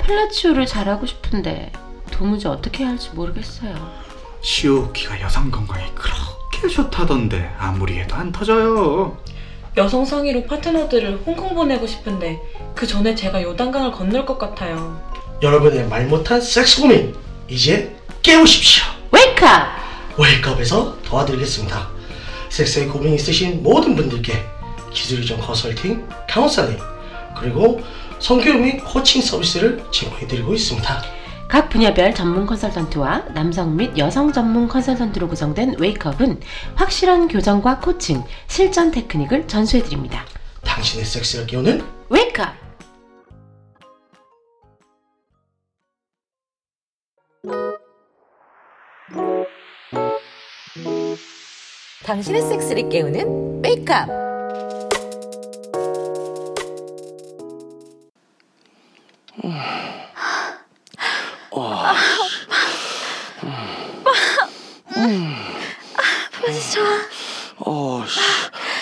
팔라치오를 잘하고 싶은데 도무지 어떻게 해야 할지 모르겠어요. 시오키가 여성 건강에 그렇게 좋다던데 아무리 해도 안 터져요. 여성 상의로 파트너들을 홍콩 보내고 싶은데 그 전에 제가 요단강을 건널 것 같아요. 여러분의 말 못한 섹스 고민 이제 깨우십시오. 웨이크업! 웨이크업에서 도와드리겠습니다. 섹스에 고민 있으신 모든 분들께 기술이전 컨설팅, 카운셀링, 그리고 성교육 및 코칭 서비스를 제공해드리고 있습니다. 각 분야별 전문 컨설턴트와 남성 및 여성 전문 컨설턴트로 구성된 웨이크업은 확실한 교정과 코칭, 실전 테크닉을 전수해드립니다. 당신의 섹스를 깨우는 웨이크업! 당신의 섹스를 깨우는 메이크업. 어, 씨.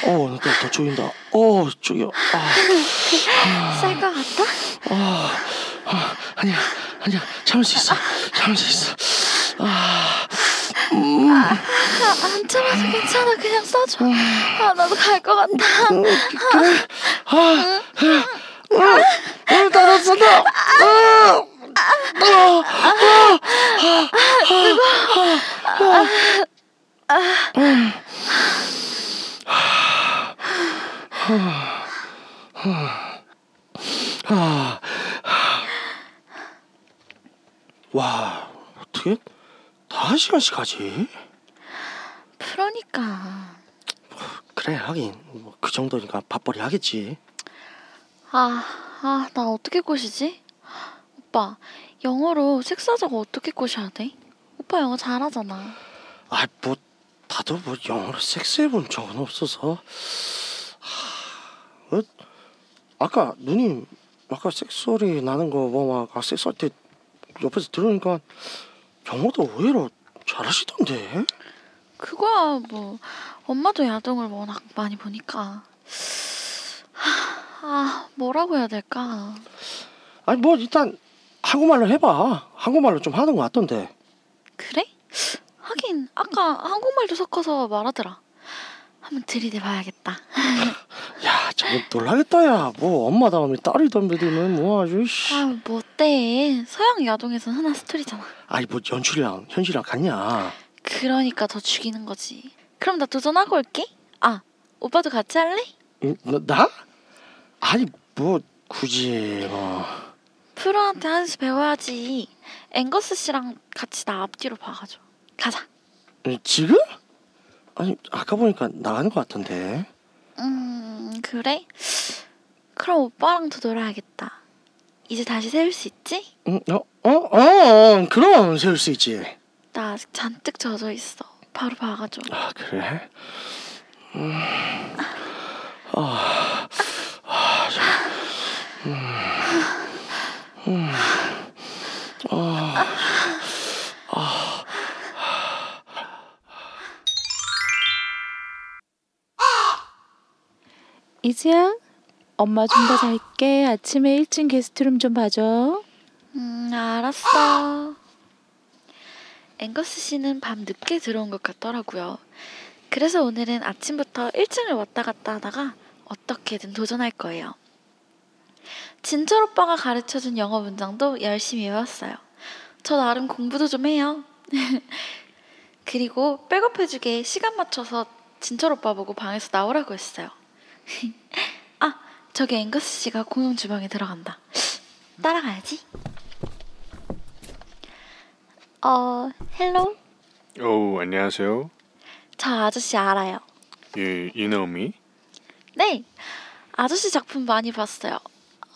어, 나 더 쪼인다. 어, 쪼여. 아, 어, 쌀것 같아? 아니야, 아니야. 참을 수 있어. 참을 수 있어. 아, 안 참아도 괜찮아. 그냥 써줘. 아, 나도 갈 것 같아. 오늘 다 났었다. 와, 어떻게 다 한 시간씩 하지? 그러니까. 그래, 하긴 뭐 그 정도니까 밥벌이 하겠지. 아, 아, 나 어떻게 꼬시지? 오빠, 영어로 색사자가 어떻게 꼬셔야 돼? 오빠 영어 잘하잖아. 아, 뭐 나도 뭐 영어로 섹스해본 적은 없어서. 하, 어? 아까 누님 아까 섹소리 나는 거 뭐막 아, 섹스할 때 옆에서 들으니까 영어도 의외로 잘하시던데. 그거야, 뭐. 엄마도 야동을 워낙 많이 보니까. 아, 뭐라고 해야 될까? 아니 뭐 일단 한국말로 해봐. 한국말로 좀 하는 거 같던데. 그래? 하긴, 아까 한국말도 섞어서 말하더라. 한번 들이대 봐야겠다. 야, 저거 놀라겠다야. 뭐 엄마 다음에 딸이 덤비면 뭐 아주. 씨. 아, 뭐 어때? 서양 야동에선 흔한 스토리잖아. 아니 뭐 연출이랑 현실이랑 같냐? 그러니까 더 죽이는 거지. 그럼 나 도전하고 올게. 아, 오빠도 같이 할래? 응, 나- 나? 아니 뭐 굳이 뭐. 프로한테 한 수 배워야지. 앵거스 씨랑 같이 나 앞뒤로 봐가줘. 가자. 에, 지금? 아니 아까 보니까 나가는 것 같던데 음, 그래? 그럼 오빠랑도 놀아야겠다. 이제 다시 세울 수 있지? 응? 어? 어? 어? 어, 그럼 세울 수 있지 나 아직 잔뜩 젖어 있어. 바로 봐가줘. 아 그래? 이지야, 엄마 좀 더 잘게. 아침에 1층 게스트룸 좀 봐줘. 음, 알았어. 앵거스 씨는 밤 늦게 들어온 것 같더라고요. 그래서 오늘은 아침부터 1층을 왔다 갔다 하다가 어떻게든 도전할 거예요. 진철 오빠가 가르쳐준 영어 문장도 열심히 외웠어요. 저 나름 공부도 좀 해요. 그리고 백업해주게 시간 맞춰서 진철 오빠 보고 방에서 나오라고 했어요. 아, 저기 앵거스 씨가 공용 주방에 들어간다. 따라가야지. 어, 헬로? 오, 안녕하세요. 예, 저 아저씨 알아요. You, you know me? 네! 아저씨 작품 많이 봤어요.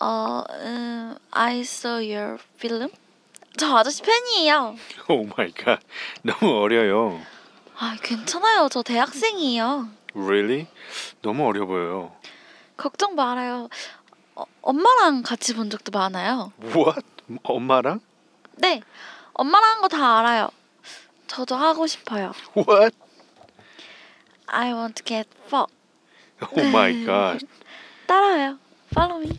어, 음, I saw your film? 저 아저씨 팬이에요. 오 마이 갓. 너무 어려요. 아, 괜찮아요. 저 대학생이에요. Really? 너무 어려 보여요. 걱정 말아요. 어, 엄마랑 같이 본 적도 많아요. What? 엄마랑? 네! 엄마랑 한 거 다 알아요. 저도 하고 싶어요. What? I want to get fucked. 오 마이 갓. 따라와요. 팔로우 미.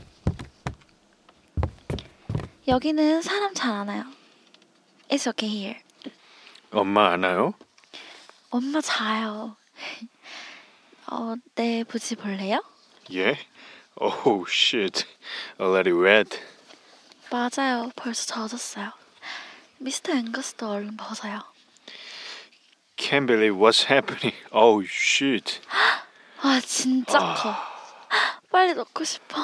여기는 사람 잘 안 와요. It's okay here. 엄마 아나요? 엄마 자요. 어, 네, 보지 볼래요? 예? Oh shit. Already wet. 맞아요. 벌써 젖었어요. 미스터 앵거스도 얼른 벗어요. Can't believe what's happening. Oh shit. 아, 진짜 아. 커. 빨리 넣고 싶어.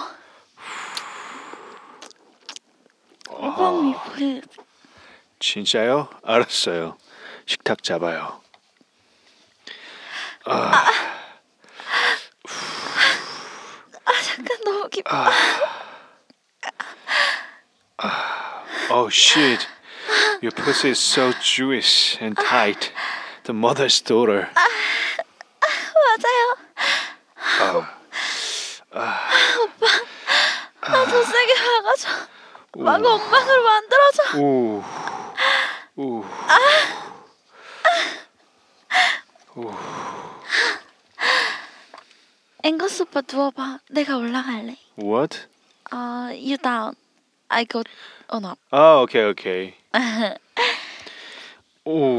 오밤이 보일 진짜요? 알았어요. 식탁 잡아요. 아, 잠깐 너무 깊어. Oh shit. Your pussy is so Jewish and tight. The mother's daughter. 맞아요. 아, 더 세게 막아줘. 막아 엉망으로 만들어줘. 오. 오. 앵거스 오빠 누워봐. 내가 올라갈래. What? 아, you down. I go on up. 아, 오케이, 오케이. 오.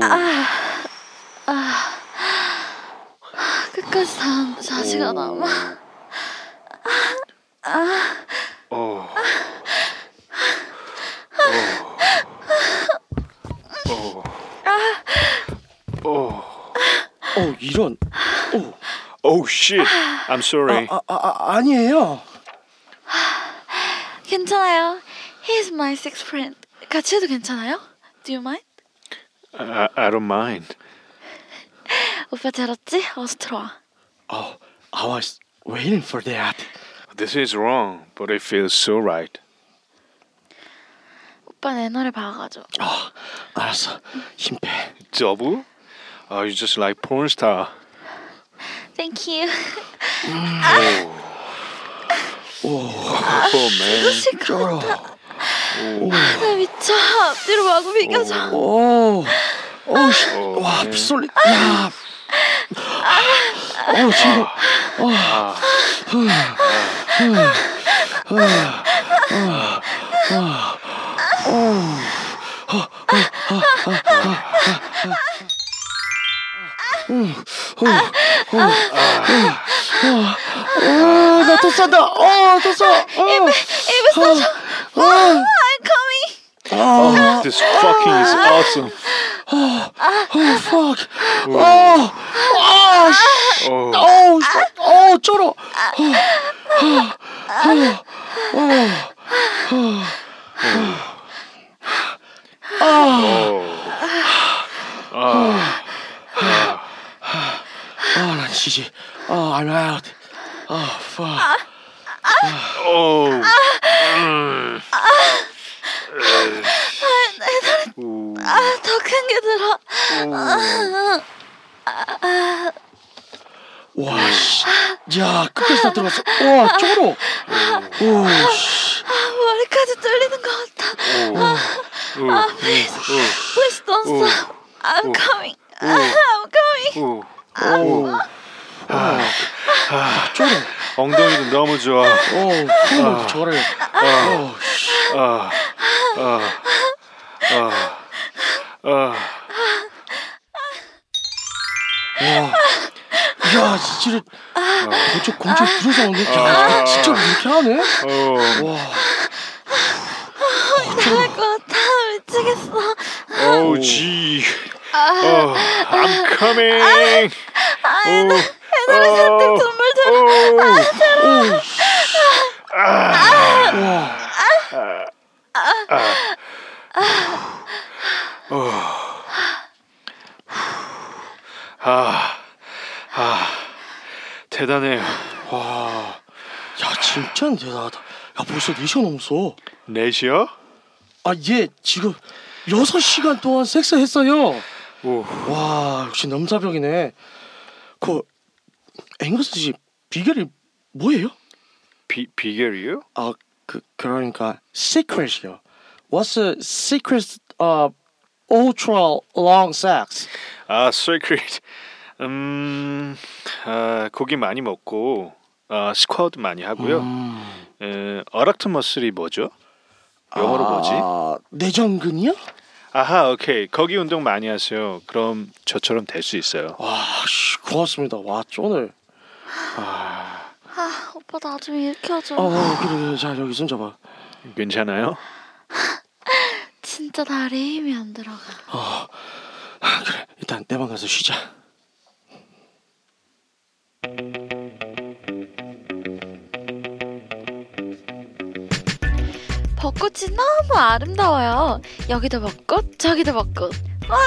끝까지 다음 4시간 남아. 오. 오. Oh. 오. 오. 어 이런. Oh shit. I'm sorry. 아, 아, 아 아니에요. 괜찮아요. He's my sixth friend. 같이 해도 괜찮아요? Do you mind? I, I don't mind. 오빠 들었지? 어서 들어와. Oh, I was waiting for that. This is wrong, but it feels so right. 오빠 내 노래 박아줘. 아, 알았어. 힘 빼. Double? Oh, you just like porn star. Thank you. Oh. Oh man. 쩔어. 나 미쳐. 앞뒤로 마구 비껴줘. 어. 오, 오, 씨. 어, 와, 예. 네. 빗소리. 야. 어, 지금. 아, 나 토산다. 어, 토사. 어. 입에 써줘. 어, I'm coming. 어. Oh, this fucking is awesome. Oh fuck. 어. 아, 씨. Oh. 어우, 어, 쩔어. Oh. 어. 아, 난 지지. 아, I'm out. 아, fuck. Oh. 아, 더 큰 게 들어. 와, 씨. 야, 끝까지 다 들어갔어. 와, 쩔어. 오, 씨. 아, 머리까지 뚫리는 것 같아. 아, please. Please don't stop. I'm coming. I'm coming. Oh. 오. 아, 아, 쩔어. 엉덩이도 너무 오, 좋아. 오, 어, 저래. 오, 씨. 아. 아. 아. 아. 와. 야, 진짜. 어째 공주 들어서 오는 야, 진짜 이렇게 하네? Oh. 와. 나갈 것 같아. 미치겠어. Oh gee. 아. Oh, I'm coming. Oh. 내 Oh. 눈물 잘 Oh. 아, 아, 대단해요. 와, 야 진짜 대단하다. 야 벌써 4시간 넘었어. 네시요? 아 얘 지금 6시간 동안 섹스했어요. 오, 와 역시 넘사벽이네. 그 앵거스 씨 비결이 뭐예요? 비 비결이요? 아 그 그러니까 secret이요. What's the secret of ultra long sex? 아, secret. 음, 아, 고기 많이 음. 먹고 아, 스쿼트 많이 하고요. 에, 어락트 머슬이 뭐죠? 영어로 뭐지? 아, 내장근이야? 아하, 오케이. 거기 운동 많이 하세요. 그럼 저처럼 될 수 있어요. 와, 씨, 고맙습니다. 와, 오늘. 아 오빠 나 좀 일으켜줘. 어, 그래, 그래. 자, 여기 손 잡아. 괜찮아요? 진짜 다리에 힘이 안 들어가. 아, 그래. 일단 내 방 가서 쉬자. 벚꽃이 너무 아름다워요. 여기도 벚꽃, 저기도 벚꽃. 와!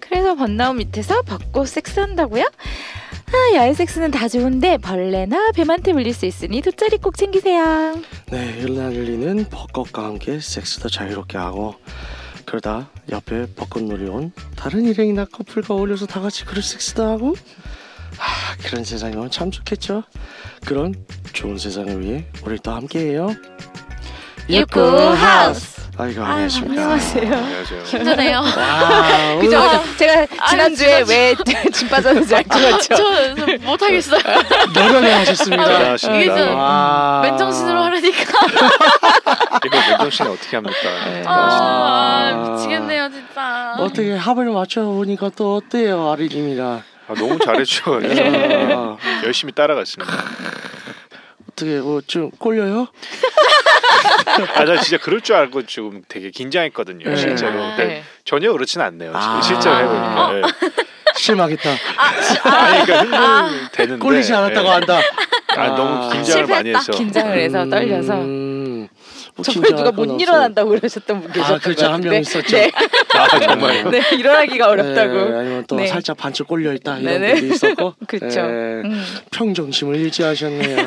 그래서 번나무 밑에서 벚꽃 섹스한다고요? 아, 야외 섹스는 다 좋은데 벌레나 뱀한테 물릴 수 있으니 돗자리 꼭 챙기세요. 네, 일날리는 벚꽃과 함께 섹스도 자유롭게 하고 그러다 옆에 벚꽃놀이 온 다른 일행이나 커플과 어울려서 다 같이 그런 섹스도 하고 아, 그런 세상이면 참 좋겠죠. 그런 좋은 세상을 위해 우리 또 함께해요. 유쿠 하우스. 아이고 아유, 안녕하십니까. 안녕하세요. 안녕하세요. 힘드네요. 와, 그죠? 오늘 제가 지난주에 왜 짐 빠졌는지 알것 같죠? 저 못하겠어요. 노련해 하셨습니다. 대단하십니다. 이게 좀- 와. 맨정신으로 하려니까. 이거 맨정신 어떻게 합니까? 네. 아, 미치겠네요, 진짜. 뭐 어떻게 합을 맞춰보니까 또 어때요, 아리님이랑. 아, 너무 잘해주셔. 아, 열심히 따라갔습니다. 어떻게 뭐 좀 꼴려요? 아, 나 진짜 그럴 줄 알고 지금 되게 긴장했거든요. 네. 실제로. 아. 근데 전혀 그렇진 않네요. 아. 실제로 해보니까. 예. 실망했다. 아니, 그러니까 되는데. 꼴리지 않았다고 예. 한다. 아, 너무 긴장을 많이 실패했다. 해서. 긴장을 해서 떨려서. 음, 뭐 저번에 긴장할 누가 못 건 없어요. 일어난다고 그러셨던 분 계셨던 아, 그죠. 것 한 같은데. 명 있었죠. 뭐 네, 아, 정말. 네, 일어나기가 예, 어렵다고. 아니면 또 네. 살짝 반쯤 꼴려 있다 이런 네네. 분이 있었고. 그쵸. 예, 음. 평정심을 유지하셨네요.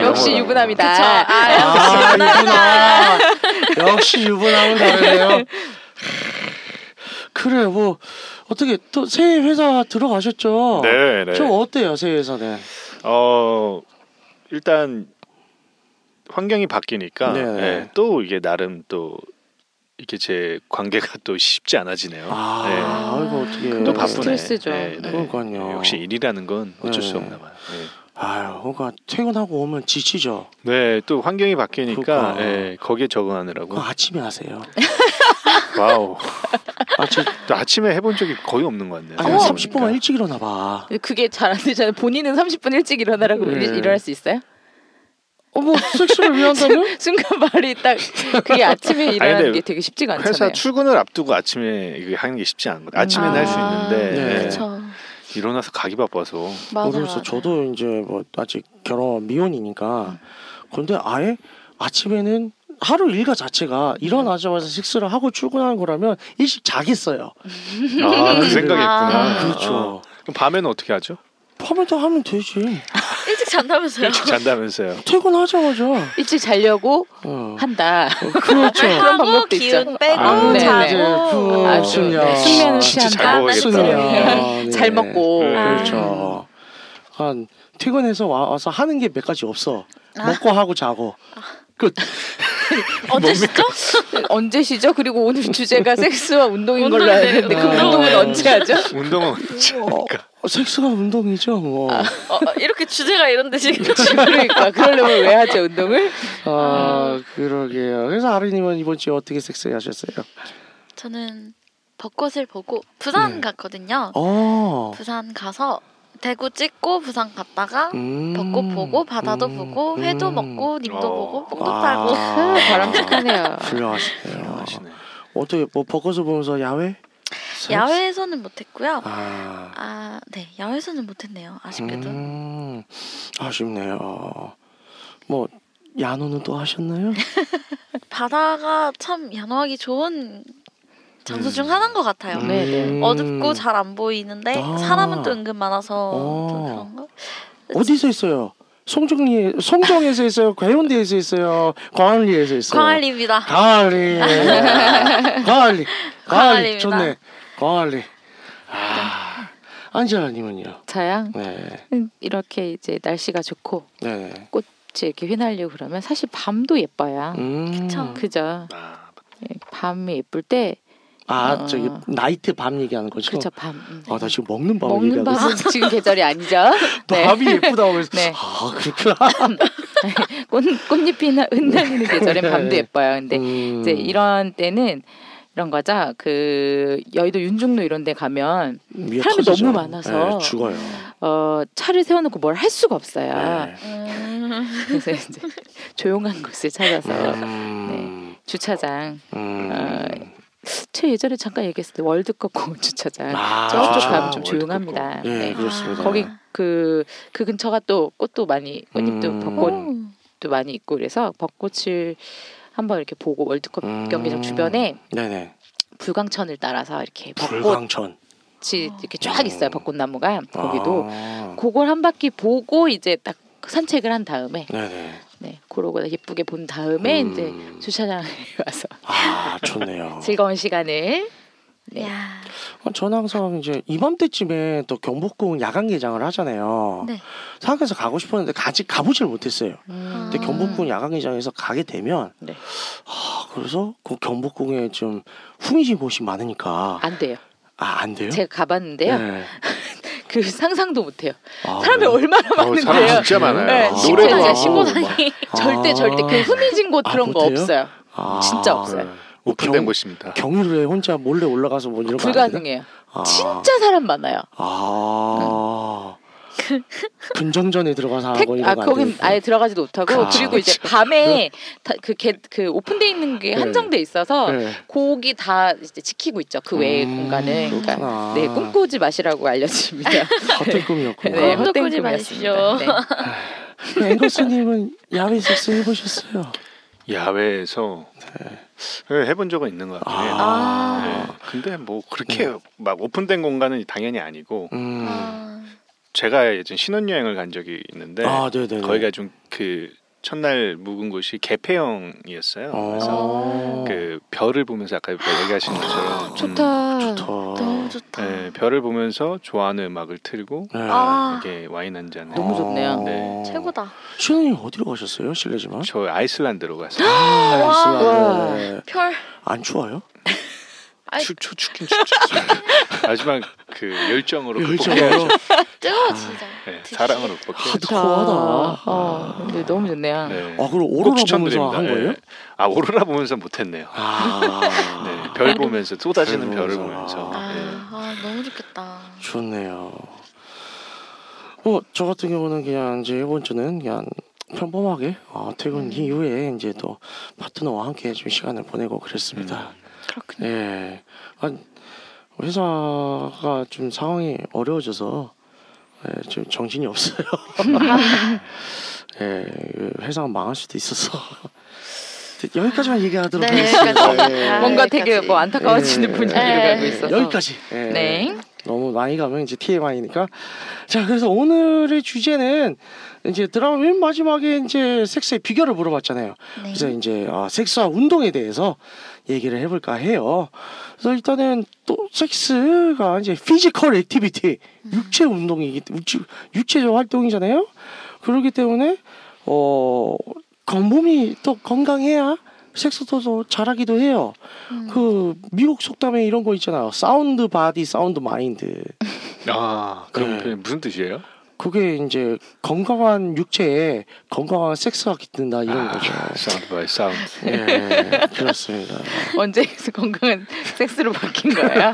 역시 영어로. 유부남이다. 그쵸. 아, 아, 유부남. 역시 유부남은 다르네요. 그래 뭐 어떻게 또 새 회사 들어가셨죠? 네, 네. 좀 어때요 새 회사는? 어 일단 환경이 바뀌니까 네. 예, 또 이게 나름 또 이렇게 제 관계가 또 쉽지 않아지네요. 아, 아이고 어떻게 예. 또 바쁘네. 스트레스죠. 예, 네. 그러니까요. 역시 일이라는 건 어쩔 수 네. 없나 봐요. 아유, 그러니까 퇴근하고 오면 지치죠. 네. 네, 또 환경이 바뀌니까 그렇구나. 예, 거기에 적응하느라고. 그거 아침에 하세요. 와우. 아, 저, 또 아침에 해본 적이 거의 없는 것 같네요. 아니, 어. 30분만 일찍 일어나 봐. 근데 그게 잘 안 되잖아요. 본인은 30분 일찍 일어나라고 네. 일- 일어날 수 있어요? 어, 뭐, 섹스를 왜 한다면? 순간 말이 딱 그게 아침에 일어나는 근데 게 되게 쉽지가 않잖아요. 회사 출근을 앞두고 아침에 이거 하는 게 쉽지 않거든요. 아침에는 할 수 아, 있는데 네. 예, 그쵸. 일어나서 가기 바빠서 맞아요. 그래서 맞아요. 저도 이제 뭐, 아직 결혼 미혼이니까. 근데 아예 아침에는 하루 일과 자체가 일어나자마자 섹스를 하고 출근하는 거라면 일찍 자겠어요. 네, 아, 그 생각이 아. 있구나. 어. 그렇죠. 그럼 밤에는 어떻게 하죠? 밤에 다 하면 되지. 일찍 잔다면서요? 일찍 잔다면서요. 퇴근하자마자. 일찍 자려고 어. 한다. 그렇죠. 그런 하고 방법도 기운 있죠. 빼고 아, 네네. 자고. 이제 부- 아주, 숙면. 네, 숙면을 진짜 잘 취한다. 먹어야겠다. 숙면. 네. 잘 먹고 네. 그렇죠. 한 퇴근해서 와- 와서 하는 게 몇 가지 없어. 먹고 하고 자고. 끝. 언제 시죠? 언제 쉬죠? 그리고 오늘 주제가 섹스와 운동인 걸로 아. 운동이네요. 알았는데 그 아. 운동은 언제 하죠? 운동은 어, 섹스가 운동이죠. 뭐. 아, 어, 이렇게 주제가 이런데 지금. 그러니까 그러려면 왜 하죠 운동을? 아, 아. 그러게요. 그래서 아리님은 이번 주에 어떻게 섹스하셨어요? 저는 벚꽃을 보고 부산 네. 갔거든요. 어. 부산 가서 대구 찍고 부산 갔다가 음. 벚꽃 보고 바다도 음. 보고 회도 음. 먹고 님도 어. 보고 뽕도 아. 따고 아, 바람직하네요. 훌륭하시네요. 아, 하시네. 어떻게 뭐 벚꽃을 보면서 야외? 야외에서는 못했고요. 아. 아, 네, 야외에서는 못했네요. 아쉽게도. 음, 아쉽네요. 뭐 야노는 또 하셨나요? 바다가 참 양호하기 좋은 장소 중 하나인 것 같아요. 음. 네, 네. 어둡고 잘 안 보이는데 아. 사람은 또 은근 많아서 좀 어. 그런 거. 어디서 있어요? 송정리 송정에서 있어요. 해운대에서 있어요. 광안리에서 있어요. 광안리입니다. 광안리. 광안리. 광안리입니다. 광안리. 좋네. 광안리. 아. 안젤라님은요. 자양 네. 이렇게 이제 날씨가 좋고 네. 꽃이 이렇게 휘날리고 그러면 사실 밤도 예뻐요. 음. 그쵸. 그죠? 아, 밤이 예, 예쁠 때 아 어. 저기 나이트 밤 얘기하는 거죠? 그렇죠 밤. 음. 아, 나 지금 먹는 밤 먹는 얘기하고 밥은 지금 계절이 아니죠. 네. 밥이 예쁘다고 그래서 네. 아 그렇구나. 꽃, 꽃잎이나 은달리는 계절엔 밤도 예뻐요. 근데 네. 음. 네. 이제 이런 때는 이런 거죠. 그 여의도 윤중로 이런 데 가면 위에 사람이 터지죠. 너무 네, 많아서. 죽어요. 어, 차를 세워놓고 뭘 할 수가 없어요. 네. 음, 그래서 이제 조용한 곳을 찾아서 네. 음, 주차장. 음. 어, 제 예전에 잠깐 얘기했을 때 월드컵 공원 주차장 아, 저쪽 그렇죠. 가면 좀 월드컵 조용합니다. 거. 예, 네. 그렇습니다. 거기 그, 그 근처가 또 꽃도 많이 꽃잎도 음. 벚꽃도 많이 있고 그래서 벚꽃을 한번 이렇게 보고 월드컵 음. 경기장 주변에 네네. 불광천을 따라서 이렇게 벚꽃이 불광천. 이렇게 쫙 있어요 벚꽃나무가 거기도 아. 그걸 한 바퀴 보고 이제 딱 산책을 한 다음에 네네. 네 그러고 예쁘게 본 다음에 음. 이제 주차장에 와서 아 좋네요. 즐거운 시간을 네. 야, 어, 저는 항상 이제 이맘때쯤에 또 경복궁 야간 개장을 하잖아요. 네. 생각해서 가고 싶었는데 아직 가보질 못했어요. 음, 근데 아. 경복궁 야간 개장에서 가게 되면 네. 아, 그래서 그 경복궁에 좀 후미진 곳이 많으니까 안 돼요. 아 안 돼요? 제가 가봤는데요. 네. 그 상상도 못해요. 아, 사람이 그래요? 얼마나 어, 사람 많은데요. 진짜 많아요. 네, 아, 노래도 진짜 하고 신고 막. 다니. 절대 아. 절대 그 흐미진 곳 아, 그런 거 못해요? 없어요. 아, 뭐 진짜 없어요. 오픈된 경- 곳입니다. 경유로에 혼자 몰래 올라가서 뭐 이런 거 안 되나? 불가능해요. 아. 진짜 사람 많아요. 아. 분정전에 들어가서 택, 하고 이런 아 거안 거긴 되겠구나. 아예 들어가지도 못하고 아, 그리고 이제 밤에 그그 그 오픈돼 있는 게 네. 한정돼 있어서 네. 곡이 다 이제 지키고 있죠 그 외의 음, 공간을. 그러니까 그렇구나. 네 꿈꾸지 마시라고 알려드립니다. 같은 꿈이었구나. 네, 꿈도 헛된 꾸지 마십시오. 꿈이었습니다. 네. 앵커스님은 야외 섹스 해보셨어요? 야외에서 예, 해본 적은 있는 것 같긴 해요. 아. 예, 근데 뭐 그렇게 막 오픈된 공간은 당연히 아니고 음. 아, 제가 예전 신혼여행을 간 적이 있는데 아, 네네. 거기가 좀 그 첫날 묵은 곳이 개폐형이었어요. 그래서 어. 그 별을 보면서 아까 뭐 얘기하신 것처럼 좀, 좋다. 좋다. 아, 너무 좋다. 예, 별을 보면서 좋아하는 음악을 틀고 네. 어. 아, 이게 와인 한 잔. 너무 좋네요. 네. 최고다. 해 신님 어디로 가셨어요? 실례지만. 저 아이슬란드로 가서 와. 아이슬란드. 별 네, 안 추워요? 아이. 추, 추, 추긴 추죠. 마지막 그 열정으로 극복해야죠. 열정으로. 아, 뜨거 진짜. 네, 사랑으로 극복해야죠. 하드코어하다. 어, 근데 너무 좋네요. 네. 아 그럼 꼭 오로라 추천드립니다. 보면서 한 예. 거예요? 아 오로라 보면서 못했네요. 아. 네, 별 보면서 쏟아지는 별 별을 보면서. 보면서. 아, 예. 아, 너무 좋겠다. 좋네요. 어, 저 같은 경우는 그냥 이제 이번 주는 그냥 평범하게 어, 퇴근 음. 이후에 이제 또 파트너와 함께 좀 시간을 보내고 그랬습니다. 음. 그렇군요. 예. 아, 회사가 좀 상황이 어려워져서 예, 좀 정신이 없어요. 예, 회사가 망할 수도 있어서 여기까지만 얘기하도록 네, 하겠습니다. 여기까지. 예. 아, 뭔가 되게 여기까지. 뭐 안타까워지는 예. 분위기로 예. 가고 있어서 여기까지. 예. 네. 너무 많이 가면 이제 TMI니까. 자, 그래서 오늘의 주제는 이제 드라마 맨 마지막에 이제 섹스의 비결을 물어봤잖아요. 네. 그래서 이제 아, 섹스와 운동에 대해서 얘기를 해볼까 해요. 그래서 일단은 또 섹스가 이제 피지컬 액티비티, 육체 운동이기 때문에 육체적 활동이잖아요. 그렇기 때문에 어, 건- 몸이 또 건강해야 섹스도 더 잘하기도 해요. 음. 그 미국 속담에 이런 거 있잖아요. 사운드 바디, 사운드 마인드. 아 그럼 네. 무슨 뜻이에요? 그게 이제 건강한 육체에 건강한 섹스가 깃든다 이런 아, 거죠. 사운드 바이 사운드. 네, 예, 그렇습니다. 언제 그래서 건강한 섹스로 바뀐 거예요? 아,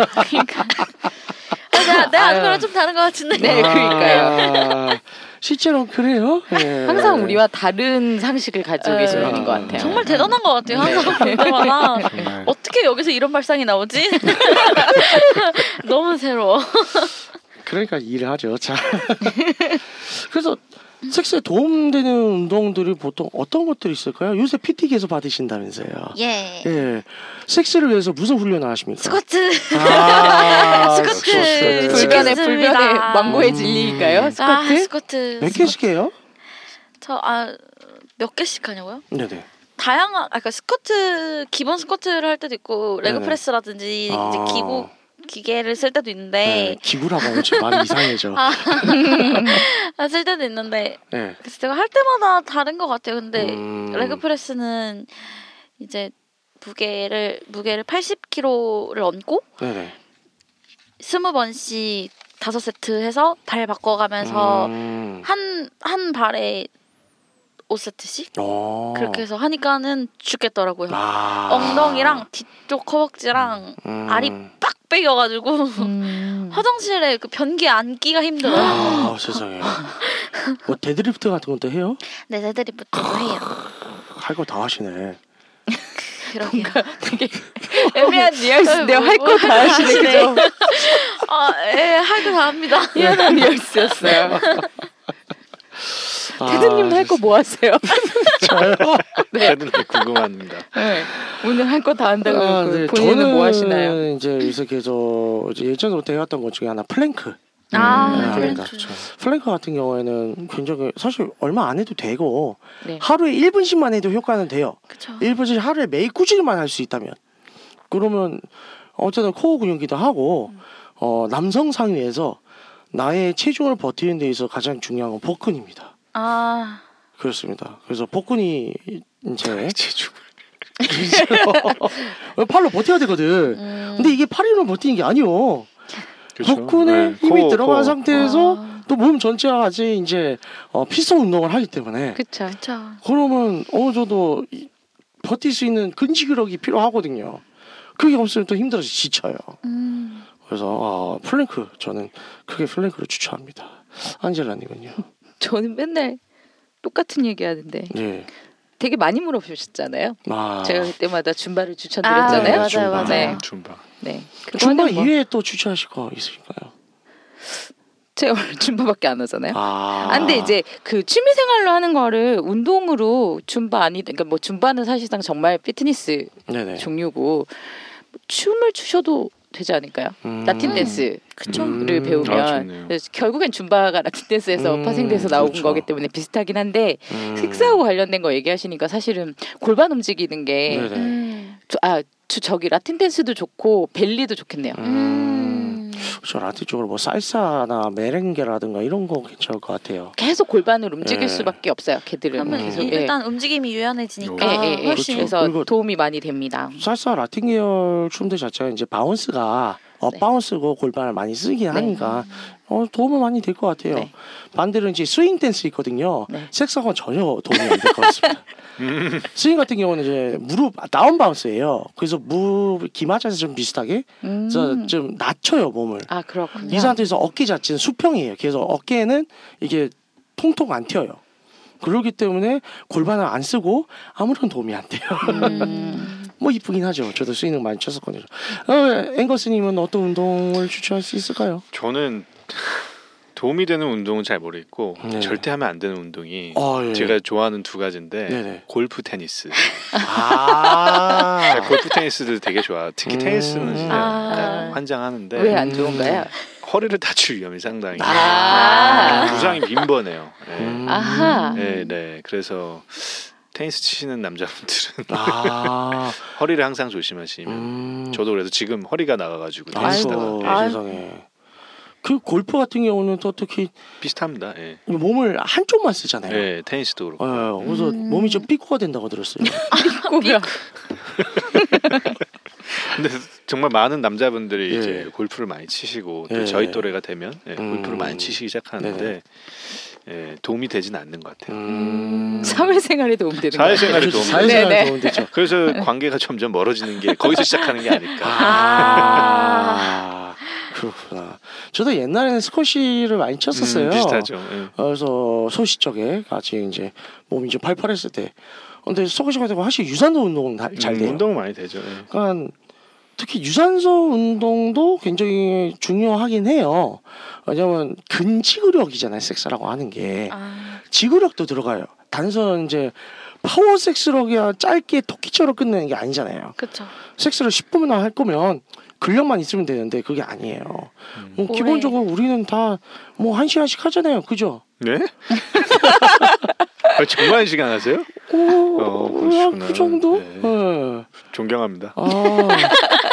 나, 내 아유. 아는 거랑 좀 다른 것 같은데. 네, 그러니까요. 아, 실제로 그래요. 예. 항상 우리와 다른 상식을 가지고 계신 네. 분인 것 같아요. 정말 대단한 것 같아요. 항상 볼 때마다 어떻게 여기서 이런 발상이 나오지? 너무 새로워. 그러니까 일을 하죠. 자, 그래서 섹스에 도움되는 운동들이 보통 어떤 것들이 있을까요? 요새 PT계에서 받으신다면서요. 예. 예, 섹스를 위해서 무슨 훈련을 하십니까? 스쿼트. 아, 스쿼트. 역시 스쿼트. 불변의 지켰습니다. 불변의 망고의 진리일까요? 스쿼트? 아, 스쿼트. 몇 개씩 해요? 저, 아, 몇 개씩 하냐고요? 네네. 다양한, 아까 그러니까 스쿼트, 기본 스쿼트를 할 때도 있고, 레그 네네. 프레스라든지, 아. 이제 기구, 기계를 쓸 때도 네, 있는데, 기구라고 하면 좀 많이 이상해져. 아. 아, 쓸 때도 있는데, 네. 네. 그래서 제가 할 때마다 다른 것 같아요. 근데, 음, 레그 프레스는 이제 무게를 무게를 80kg를 얹고 네네. 20번씩 다섯 세트 해서 발 바꿔가면서 음. 한 한 발에 5세트씩 어. 그렇게 해서 하니까는 죽겠더라고요. 아. 엉덩이랑 뒤쪽 허벅지랑 음. 알이 빡 빼겨가지고 음. 화장실에 그 변기에 앉기가 힘들어요. 아 세상에. 뭐 데드리프트 같은 것도 해요? 네, 데드리프트도 해요. 할 거 다 하시네. 그러게요. 되게 애매한 뉘앙스인데요. 뭐, 할 거 다 하시네. 그죠? 아, 예, 하고 다 합니다. 희한한 뉘앙스였어요. 아, 대드님도 할 거 뭐 하세요? 다들 궁금합니다. 네. 오늘 할 거 다 한다고 아, 그러고 네, 본인은 저는 뭐 하시나요? 이제 요새 계속 이제 예전부터 해왔던 것 중에 하나 플랭크. 아, 음, 그러니까. 그렇죠. 플랭크 같은 경우에는 굉장히 사실 얼마 안 해도 되고 네. 하루에 1분씩만 해도 효과는 돼요. 그쵸. 1분씩 하루에 매일 꾸준히만 할 수 있다면 그러면 어쨌든 코어 근육기도 하고 어, 남성 상위에서 나의 체중을 버티는 데 있어서 가장 중요한 건 복근입니다. 아, 그렇습니다. 그래서 복근이 이제 제주. 팔로 버텨야 되거든. 음. 근데 이게 팔로만 버티는 게 아니요. 그렇죠? 복근에 네, 힘이 코어, 들어간 코어. 상태에서 또 몸 전체가 같이 이제 어, 필성 운동을 하기 때문에 그쵸. 그쵸. 그러면 어느 정도 이- 버틸 수 있는 근지구력이 필요하거든요. 그게 없으면 또 힘들어서 지쳐요. 음. 그래서 어, 플랭크 저는 크게 플랭크를 추천합니다. 안젤라님은요? 저는 맨날 똑같은 얘기 하는데 예. 되게 많이 물어보셨잖아요. 아, 제가 그때마다 준바를 추천드렸잖아요. 아, 맞아요, 줌바. 맞아요. 네. 중방. 네. 중반 그거는 뭐 이외에 또 추천하실 거 있으신가요? 제가 원래 줌바밖에 안 하잖아요. 아, 아, 근데 이제 그 취미 생활로 하는 거를 운동으로 줌바 아니 그러니까 뭐 줌바는 사실상 정말 피트니스 네네. 종류고 춤을 추셔도 되지 않을까요? 음. 라틴 댄스를 음. 배우면 아, 좋네요. 그래서 결국엔 줌바가 라틴 댄스에서 음, 파생돼서 나온 그렇죠. 거기 때문에 비슷하긴 한데 음. 식사하고 관련된 거 얘기하시니까 사실은 골반 움직이는 게 네네. 음. 저, 아, 저, 저기 라틴 댄스도 좋고 벨리도 좋겠네요. 음. 저 라틴 쪽으로 뭐 살사나 메렝게라든가 이런 거 괜찮을 것 같아요. 계속 골반을 움직일 예. 수밖에 없어요. 걔들은 하면 음. 계속 이- 일단 움직임이 예, 유연해지니까 예, 예, 예. 그렇죠. 훨씬 그래서 그리고- 도움이 많이 됩니다. 살사 라틴 계열 춤들 자체가 이제 바운스가 어 네. 바운스고 골반을 많이 쓰긴 네. 하니까 어 도움은 많이 될 것 같아요. 네. 반대로 이제 스윙 댄스 있거든요. 네. 색상은 전혀 도움이 안 될 것 같습니다. 스윙 같은 경우는 이제 무릎 아, 다운 바운스예요. 그래서 무릎 기마자세 좀 비슷하게 음. 그래서 좀 낮춰요 몸을. 아 그렇군요. 이 상태에서 어깨 자체는 수평이에요. 그래서 어깨는 이게 통통 안 튀어요. 그렇기 때문에 골반을 안 쓰고 아무런 도움이 안 돼요. 음. 뭐 이쁘긴 하죠. 저도 스윙을 많이 쳤었거든요. 어, 앵거스님은 어떤 운동을 추천할 수 있을까요? 저는 도움이 되는 운동은 잘 모르겠고 네. 절대 하면 안 되는 운동이 아, 예. 제가 좋아하는 두 가지인데 네네. 골프 테니스. 아, 골프 테니스도 되게 좋아. 특히 음. 테니스는 진짜 아. 딱 환장하는데 왜 안 좋은가요? 허리를 다칠 위험이 상당히 아. 부상이 빈번해요. 네. 음. 아하. 네, 네. 그래서 테니스 치시는 남자분들은 아, 허리를 항상 조심하시면. 음. 저도 그래서 지금 허리가 나가가지고 아이고, 테니스다가 예, 세상에. 그 골프 같은 경우는 또 특히 비슷합니다. 예. 몸을 한쪽만 쓰잖아요. 예, 테니스도 그렇고. 어, 그래서 음. 몸이 좀 삐꾸가 된다고 들었어요. 꼬부라. 근데 정말 많은 남자분들이 예. 이제 골프를 많이 치시고 또 예. 저희 또래가 되면 예, 음. 골프를 많이 치시기 시작하는데 예, 도움이 되진 않는 것 같아요. 음. 사회생활에 도움되는 거. 사회생활- 생활에 도움이 네, 사회생활에 네. 도움 되죠. 그렇죠. 그래서 관계가 점점 멀어지는 게 거기서 시작하는 게 아닐까. 아, 그렇구나. 저도 옛날에는 스쿼시를 많이 쳤었어요. 음, 비슷하죠. 예. 그래서 소시 쪽에 같이 이제 몸이 좀 팔팔했을 때. 근데 소시 같은 거 사실 유산소 운동은 다- 잘 음, 돼요. 운동 많이 되죠. 예. 그러니까 특히 유산소 운동도 굉장히 중요하긴 해요. 왜냐면 근지구력이잖아요. 섹스라고 하는 게 아. 지구력도 들어가요. 단순 이제 파워 섹스로야 짧게 토끼처럼 끝내는 게 아니잖아요. 그쵸. 섹스를 10분이나 할 거면 근력만 있으면 되는데 그게 아니에요. 뭐 오래. 기본적으로 우리는 다 뭐 한 시간씩 하잖아요. 그죠? 네? 아, 정말 한 시간 하세요? 오, 어, 야, 그러시구나. 그 정도? 네. 예. 존경합니다. 아,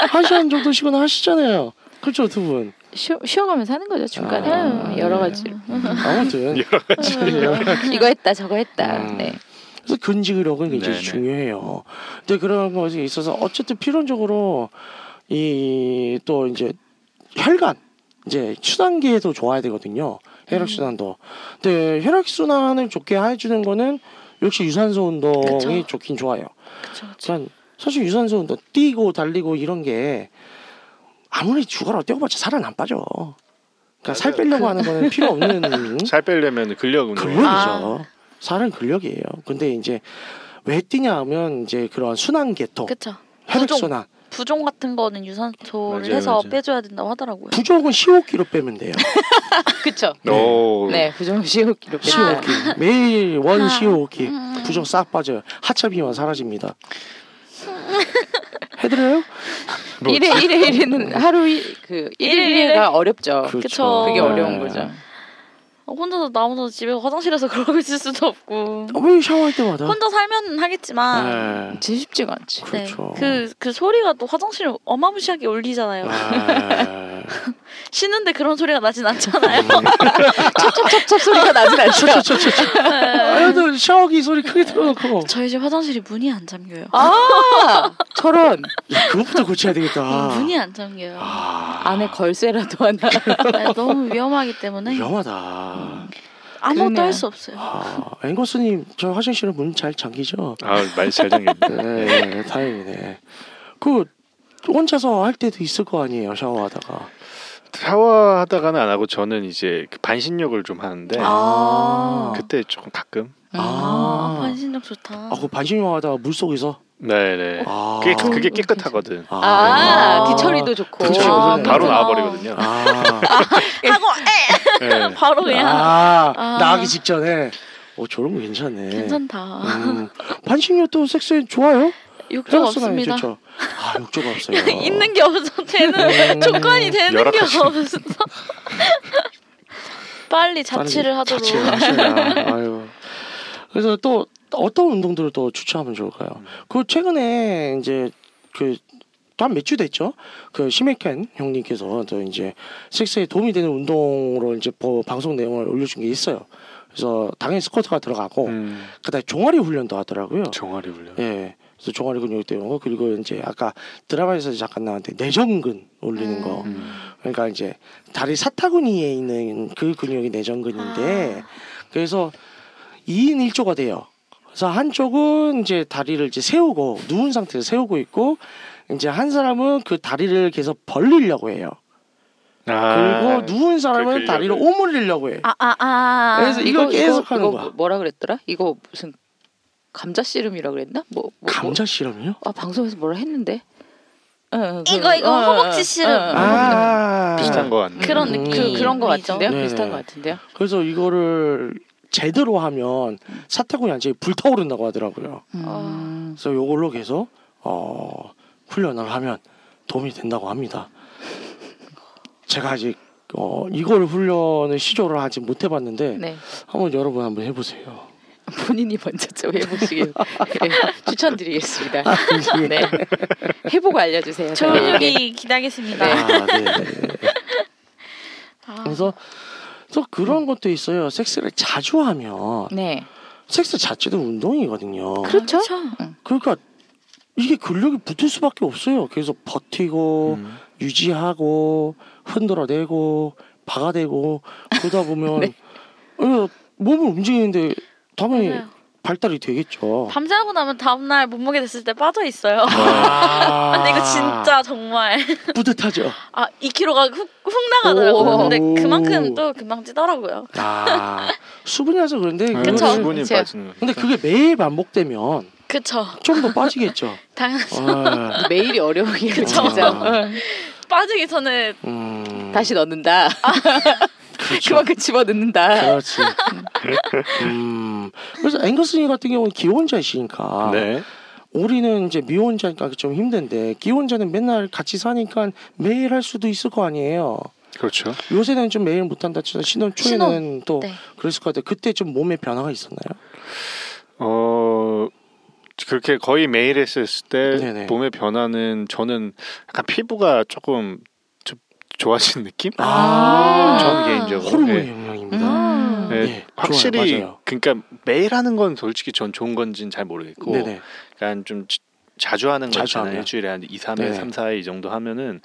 한 시간 정도씩은 하시잖아요. 그렇죠, 두 분. 쉬어, 쉬어가면서 하는 거죠 중간에 음, 아, 여러 가지로 아무튼 예. 여러 가지. 이거 했다 저거 했다. 음. 네. 그래서 근직 의력은 굉장히 네네. 중요해요. 근데 그런 것에 있어서 어쨌든 필연적으로 이 또 이제 혈관 이제 수단계도 좋아야 되거든요. 음. 혈액 순환도. 근데 혈액 순환을 좋게 해주는 거는 역시 유산소 운동이 그쵸. 좋긴 좋아요. 그쵸, 그쵸. 전 사실 유산소 운동 뛰고 달리고 이런 게 아무리 죽어라 뛰어봤자 살은 안 빠져. 그러니까 살 빼려고 하는 거는 필요 없는 그렇죠. 살 빼려면 근력 운동. 근력이죠. 아. 살은 근력이에요. 근데 이제 왜 뛰냐 하면 이제 그런 순환 계통, 그쵸. 혈액 부종. 순환 부종 같은 거는 유산소를 맞아요, 해서 맞아요. 빼줘야 된다고 하더라고요. 부족은 15kg 빼면 돼요. 그쵸? 오. 네, 부정 시호 기록. 15kg 매일 원 아. 15kg 음. 부족 싹 빠져요. 하차 비만 사라집니다. 음. 해드려요? 뭐, 일회 일회 일회는 하루 일- 그 일일 일일 일회가 어렵죠. 그렇죠. 그쵸. 그게 네. 어려운 거죠. 어, 혼자서 나 혼자서 집에서 화장실에서 그러고 있을 수도 없고. 어, 매일 샤워할 때마다. 혼자 살면 하겠지만. 네. 진짜 쉽지가 않지. 네. 그렇죠. 그, 그 소리가 또 화장실 어마무시하게 울리잖아요. 아. 쉬는데 그런 소리가 나진 않잖아요. 첩첩 소리가 나진 않죠. 그러니까 그렇죠, 아여도 샤워기 소리 크게 틀어놓고 저희 집 화장실이 문이 안 잠겨요. 아, 저런 야, 그것부터 고쳐야 되겠다. 아, 문이 안 잠겨요. 아, 안에 걸쇠라도 하나. 네, 너무 위험하기 때문에 위험하다. 아무것도 그러네요. 할 수 없어요. 아, 앵거스님 저 화장실은 문 잘 잠기죠? 아, 많이 잘 당겼네. 네, 다행이네. 그 혼자서 할 때도 있을 거 아니에요 샤워하다가. 샤워하다가는 안 하고 저는 이제 그 반신욕을 좀 하는데 아, 음. 그때 조금 가끔. 아, 아, 반신욕 좋다. 아, 그 반신욕하다가 물 속에서. 네네. 아, 그게, 그게 깨끗하거든. 아, 아, 기처리도 좋고. 그쵸, 아, 그쵸. 바로 그렇구나. 나와버리거든요. 아, 하고 에 네. 바로 그냥 아, 아. 나가기 직전에. 어, 저런 거 괜찮네. 괜찮다. 음, 반신욕도 섹스에 좋아요? 욕정 혈액순환이 없습니다. 좋죠. 아, 욕조가 없어요. 있는 게 없어 되는 음. 조건이 되는 게 열악하시네. 없어. 빨리 자취를 하도록. 자취를 하셔야. 아유. 그래서 또 어떤 운동들을 또 추천하면 좋을까요? 그 최근에 이제 그한몇 주 됐죠. 그 시메켄 형님께서 또 이제 섹스에 도움이 되는 운동으로 이제 보- 방송 내용을 올려준 게 있어요. 그래서 당연히 스쿼트가 들어가고 음, 그다음에 종아리 훈련도 하더라고요. 종아리 훈련. 예. 그래서 종아리 근육 때문에 거 그리고 이제 아까 드라마에서 잠깐 나왔는데 내전근 올리는 거. 음. 그러니까 이제 다리 사타구니에 있는 그 근육이 내전근인데 그래서 2인 1조가 돼요. 그래서 한쪽은 이제 다리를 이제 세우고 누운 상태에서 세우고 있고 이제 한 사람은 그 다리를 계속 벌리려고 해요. 그리고 누운 사람은 아. 그 근력을. 다리를 오므리려고 해요. 아 아 아. 그래서 이걸 계속 하는 이거 거야. 뭐라 그랬더라? 이거 무슨 감자 씨름이라 그랬나? 뭐, 뭐 뭐? 감자 실험이요? 아 방송에서 뭐라 했는데? 어, 어, 그- 이거, 이거 어, 어, 허벅지 어, 씨름. 어, 어. 아, 비슷한 거 같네. 그런 음. 느낌 그, 그런 거 의미죠. 같은데요? 네네. 비슷한 거 같은데요? 그래서 이거를 제대로 하면 사타구니 안쪽이 불타오른다고 하더라고요. 음. 그래서 요걸로 계속 어, 훈련을 하면 도움이 된다고 합니다. 제가 아직 어, 이걸 훈련을 시조를 아직 못 해봤는데 네. 한번 여러분 한번 해보세요. 본인이 먼저 좀 해보시길 네, 추천드리겠습니다. 아, 예. 네. 해보고 알려주세요. 좋은 저희에게. 요기 기대하겠습니다. 네. 아, 네. 아, 그래서 또 그런 것도 있어요. 섹스를 자주 하면 네. 섹스 자체도 운동이거든요. 그렇죠. 그러니까 이게 근력이 붙을 수밖에 없어요. 계속 버티고 음. 유지하고 흔들어내고 박아대고 그러다 보면 어, 몸을 움직이는데 당연히 맞아요. 아. 발달이 되겠죠. 밤새 하고 나면 다음날 몸무게 됐을 때 빠져 있어요. 아, 근데 이거 진짜 정말 뿌듯하죠. 아 2kg가 훅, 훅 나가더라고요. 오. 근데 그만큼 또 금방 찌더라고요. 아, 수분이라서 그런데 아, 음. 그거를- 그쵸. 수분이 제가- 빠지는 거. 근데 그게 매일 반복되면 그쵸. 좀 더 빠지겠죠. 당연히 아, 매일이 어려우긴 그쵸. 하죠. 빠지기 전에 음, 다시 넣는다. 그렇죠. 그만큼 집어 넣는다. 그렇지. 음, 그래서 앵거스님 같은 경우는 기혼자이시니까 네. 우리는 이제 미혼자니까 좀 힘든데 기혼자는 맨날 같이 사니까 매일 할 수도 있을 거 아니에요. 그렇죠. 요새는 좀 매일 못한다 치서 신혼 초에는 또 네. 그랬을 것 같아요. 그때 좀 몸에 변화가 있었나요? 어 그렇게 거의 매일 했을 때 네네. 몸의 변화는 저는 약간 피부가 조금 좀 좋아진 느낌? 아, 전 개인적으로. 호르몬의 예. 영향입니다. 음. 예, 근데 예, 확실히 좋아요, 맞아요. 그러니까 매일 하는 건 솔직히 전 좋은 건지는 잘 모르겠고 그 네네. 약간 좀 지- 자주 하는 거 자주 있잖아요. 하면. 일주일에 한 2, 3회, 네네. 3, 4회 이 정도 하면은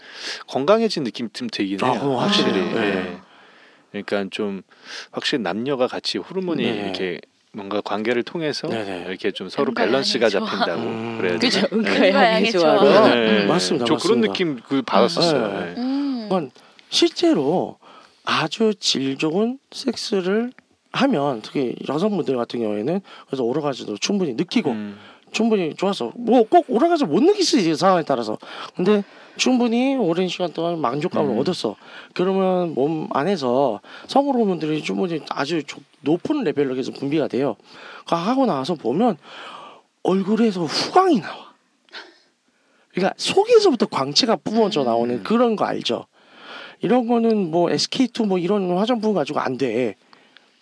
건강해진 느낌 좀 들긴 아, 해요. 어, 확실히. 확실해요. 네. 예. 그러니까 좀 확실히 남녀가 같이 호르몬이 네네. 이렇게 뭔가 관계를 통해서 네네. 이렇게 좀 서로 뭔가 밸런스가 양이 좋아. 잡힌다고 음. 그래야 되나? 그죠? 음. 네. 은가야 양이 양이 좋아. 좋아. 네, 네, 네. 맞습니다, 저 그런 맞습니다. 느낌 그 받았었어요. 네. 예. 음. 그건 실제로 아주 질 좋은 섹스를 하면 특히 여성분들 같은 경우에는 그래서 오라가지도 충분히 느끼고 음. 충분히 좋아서 뭐 꼭 오라가지못 느낄 수 있어요 상황에 따라서 근데 충분히 오랜 시간 동안 만족감을 음. 얻었어 그러면 몸 안에서 성호르몬들이 충분히 아주 조- 높은 레벨로 계속 분비가 돼요 그 하고 나서 보면 얼굴에서 후광이 나와 그러니까 속에서부터 광채가 뿜어져 나오는 그런 거 알죠 이런 거는 뭐 SK2 뭐 이런 화장품 가지고 안 돼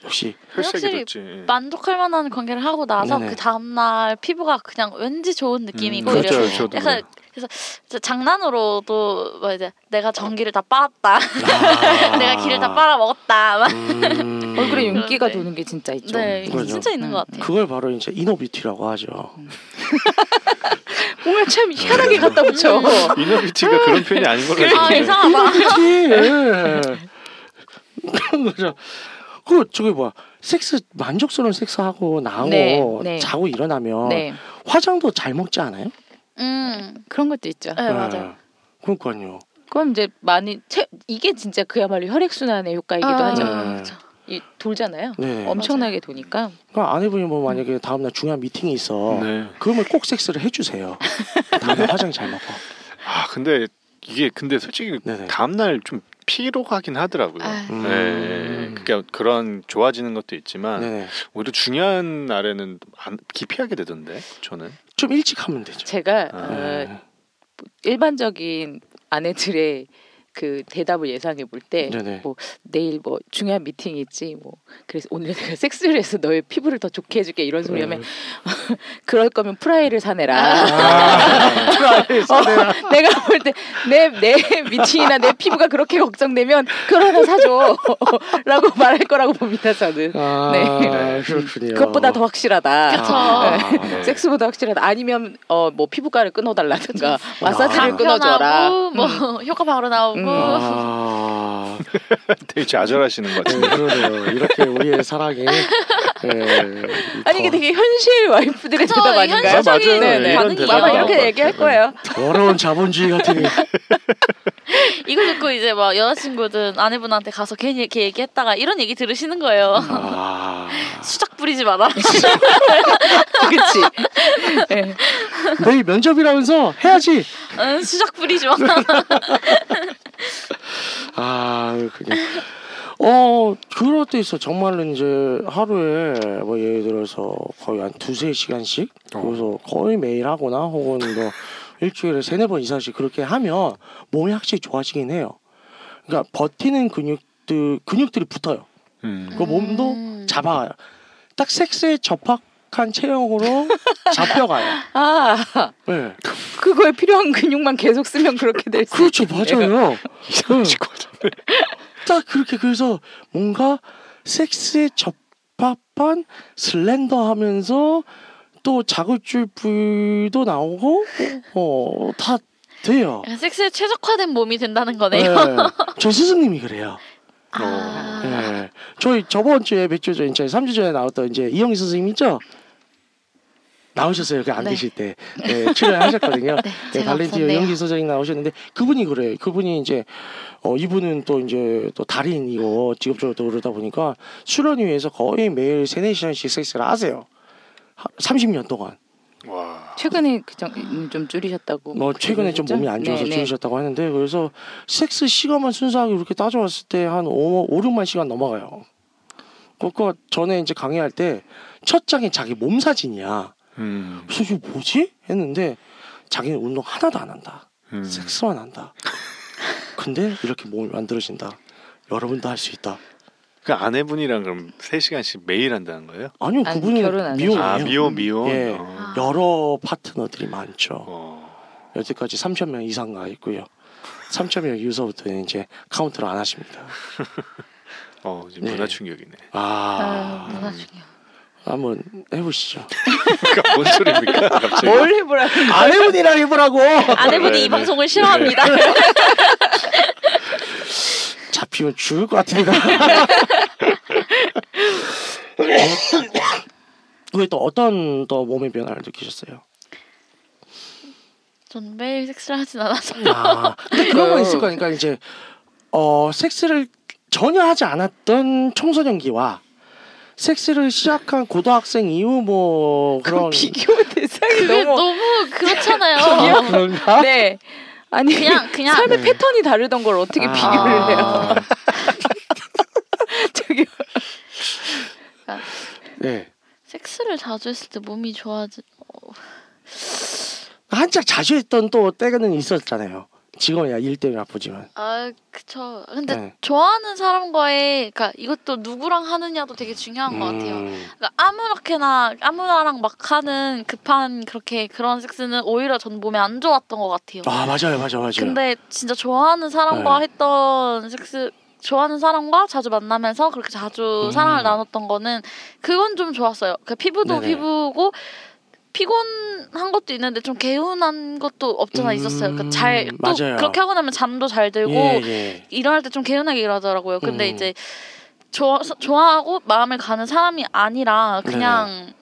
역시 혈색이 확실히 좋지. 예. 만족할 만한 관계를 하고 나서 네네. 그 다음날 피부가 그냥 왠지 좋은 느낌이고 음, 이래서 그렇죠. 저도 약간 그래서 진짜 장난으로도 뭐 이제 내가 전기를 다 빨았다 내가 기를 다 빨아 먹었다 막 음. 얼굴에 윤기가 그런데. 도는 게 진짜 있죠. 네, 이거 그렇죠. 진짜 음. 있는 것 같아요. 그걸 바로 이제 이노뷰티라고 하죠. 오늘 참 음. 희한하게 갖다 붙여. 이너비티가 그런 표현이 아닌 걸로 알고 아 있는데. 이상하다. 그치. 예. 그런 거죠. 그 저기 뭐야 섹스 만족스러운 섹스하고 나고 네, 네. 자고 일어나면 네, 화장도 잘 먹지 않아요? 예. 음, 그런 것도 있죠. 네 맞아요. 그러니까요. 그럼 이제 많이 채, 이게 진짜 그야말로 혈액 순환의 효과이기도 아, 하죠. 그렇죠. 이 돌잖아요. 네. 엄청나게 도니까. 그러니까 아내분이 뭐 만약에 다음날 중요한 미팅이 있어. 네. 그러면 꼭 섹스를 해주세요. 다음에 화장 잘 먹고. 아 근데 이게 근데 솔직히 네네. 다음날 좀 피로하긴 하더라고요. 아, 음. 네, 네, 네. 그러니까 그런 좋아지는 것도 있지만 네네. 오히려 중요한 날에는 안, 기피하게 되던데 저는. 좀 일찍 하면 되죠. 네. 제가 아. 어, 일반적인 아내들의 그 대답을 예상해 볼 때 네네. 내일 뭐 중요한 미팅이 있지 뭐 그래서 오늘 내가 섹스를 해서 너의 피부를 더 좋게 해줄게 이런 소리 하면 그럴 거면 프라이를 사내라 어, 내가 볼 때 내 내 미팅이나 내 피부가 그렇게 걱정되면 그걸 하나 사줘 라고 말할 거라고 봅니다 저는 아, 네. 그렇군요. 그것보다 더 확실하다 아, 그쵸. 네. 섹스보다 확실하다. 아니면 어 뭐 피부과를 끊어달라든가 마사지를 아. 끊어줘라. 편하고 뭐 효과 바로 나오고 음. 아. 되게 좌절하시는 것 네, 같은데. 그러네요. 이렇게 우리의 사랑이 예, 아니 이게 되게 현실 와이프들의 그쵸, 대답 아닌가요? 현실적인 네, 네. 이런 반응이 대답이 아마 나올 나올 것 이렇게 같아요. 얘기할 거예요. 더러운 자본주의 같은 이거 듣고 이제 막 여자친구든 아내분한테 가서 괜히 이렇게 얘기했다가 이런 얘기 들으시는 거예요. 아, 수작 부리지 마라. 그렇지. 네. 예. 내일 면접이라면서 해야지 응, 수작 부리지 마. 그 아 그냥 어 그럴 때 있어 정말로 이제 하루에 뭐 예를 들어서 거의 한 두세 시간씩 그래서 거의 매일 하거나 혹은 뭐 일주일에 세네 번 이상씩 그렇게 하면 몸이 확실히 좋아지긴 해요 그러니까 버티는 근육들 근육들이 붙어요 음. 그 몸도 음. 잡아가요. 딱 섹스에 접합한 체형으로 잡혀가요. 아 네. 그거에 필요한 근육만 계속 쓰면 그렇게 될 수. 그렇죠, 있겠네요. 그러니까 맞아요. 이상하실 것 같은데. 딱 그렇게 그래서 뭔가 섹스에 접합한 슬렌더하면서 또 자극줄 부위도 나오고 어, 다 돼요. 약간 섹스에 최적화된 몸이 된다는 네. 거네요. 저희 스승님이 그래요. 아. 네. 저희 저번 주에 몇 주 전, 이제 3주 전에 나왔던 이제 이영희 선생님 있죠? 나오셨어요. 그 안 네. 계실 때 네, 출연하셨거든요. 네, 네, 제가 발렌티노 없었네요. 이영희 선생님 나오셨는데 그분이 그래요. 그분이 이제 어, 이분은 또 이제 또 달인이고 직업적으로 또 그러다 보니까 수련 위에서 거의 매일 세네 시간씩 섹스를 하세요. 30년 동안. 음. 와. 최근에 그좀 좀 줄이셨다고. 뭐 최근에 좀 몸이 안 좋아서 네, 네. 줄이셨다고 하는데 그래서 섹스 시간만 순수하게 이렇게 따져봤을 때 한 5, 6만 시간 넘어가요. 그거 전에 이제 강의할 때 첫 장이 자기 몸 사진이야. 음. 그래서 이거 뭐지? 했는데 자기는 운동 하나도 안 한다. 음. 섹스만 한다. 근데 이렇게 몸이 만들어진다. 여러분도 할 수 있다. 그 아내분이랑 그럼 3 시간씩 매일 한다는 거예요? 아니요, 아니, 결혼 안 그분은 미혼이에요. 아 미혼 미혼. 예. 어. 여러 파트너들이 많죠. 어. 여태까지 3천 명 이상 가 있고요. 3천 명 이후서부터는 이제 카운트를 안 하십니다. 어, 지금 네. 문화 충격이네. 아, 아, 문화 중요. 한번 해보시죠. 그러니까 뭔 소리입니까? 갑자기. 뭘 해보라고? 아내분이랑 해보라고. 아내분이 네, 이 네. 방송을 싫어합니다. 잡히면 죽을 것 같습니다. 왜 또 어떤 또 몸의 변화를 느끼셨어요? 전 매일 섹스를 하진 않아서 아, 근데 그런 건 있을 거니까 이제 어 섹스를 전혀 하지 않았던 청소년기와 섹스를 시작한 고등학생 이후 뭐 그 그런 비교 대상이 그게 너무 너무 아, 그렇잖아요. 그런가? 네. 네. 아니 그냥 그냥 삶의 패턴이 다르던 걸 어떻게 아. 비교를 해요? 저기 네. 섹스를 자주 했을 때 몸이 좋아지. 한창 자주 했던 또 때는 있었잖아요. 지금이야 일 때문에 아프지만. 아 그쵸. 근데 네. 좋아하는 사람과의 그러니까 이것도 누구랑 하느냐도 되게 중요한 것 같아요. 음, 그러니까 아무렇게나 아무나랑 막 하는 급한 그렇게 그런 섹스는 오히려 전 몸에 안 좋았던 것 같아요. 아 맞아요, 맞아요, 맞아요. 근데 진짜 좋아하는 사람과 네. 했던 섹스 좋아하는 사람과 자주 만나면서 그렇게 자주 음. 사랑을 나눴던 거는 그건 좀 좋았어요. 그 피부도 네네. 피부고 피곤한 것도 있는데 좀 개운한 것도 없잖아 음, 있었어요. 그러니까 잘또 맞아요. 그렇게 하고 나면 잠도 잘 들고 예, 예. 일어날 때 좀 개운하게 일어나더라고요. 근데 음. 이제 좋아, 좋아하고 마음을 가는 사람이 아니라 그냥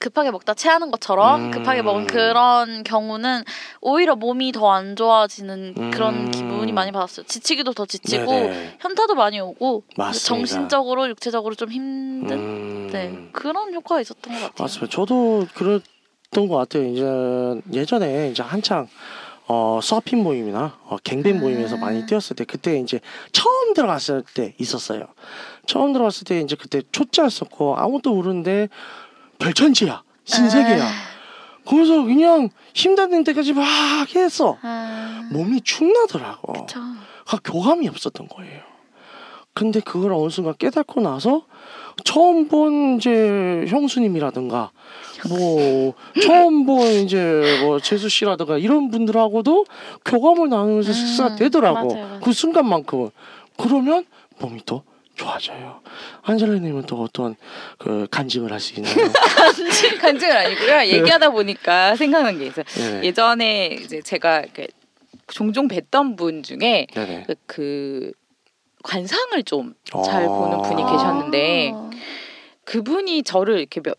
급하게 먹다 체하는 것처럼 음. 급하게 먹은 그런 경우는 오히려 몸이 더 안 좋아지는 음. 그런 기분이 많이 받았어요. 지치기도 더 지치고 네네. 현타도 많이 오고 맞습니다. 정신적으로 육체적으로 좀 힘든 음, 네, 그런 효과가 있었던 것 같아요. 맞습니다. 저도 그랬던 것 같아요. 이제 예전에 이제 한창 어, 서핑 모임이나 어, 갱뱅 모임에서 아. 많이 뛰었을 때 그때 이제 처음 들어갔을 때 있었어요. 처음 들어갔을 때 이제 그때 초짜였었고 아무것도 모르는데 별천지야 신세계야. 거기서 그냥 힘닿는 데까지 막 했어. 아, 몸이 축나더라고. 그쵸. 아, 교감이 없었던 거예요. 근데 그걸 어느 순간 깨닫고 나서 처음 본 이제 형수님이라든가 뭐 처음 본 이제 뭐 재수 씨라든가 이런 분들하고도 교감을 나누면서 음, 식사가 되더라고. 맞아요, 맞아요. 그 순간만큼은 그러면 몸이 더 좋아져요. 한젤라님은 또 어떤 그 간증을 할 수 있나요? 간증은 아니고요. 얘기하다 보니까 생각난 게 있어요. 네. 네네. 예전에 이제 제가 이렇게 종종 뵀던 분 중에 네네. 그- 그 관상을 좀 잘 보는 분이 아. 계셨는데 아. 그분이 저를 이렇게 몇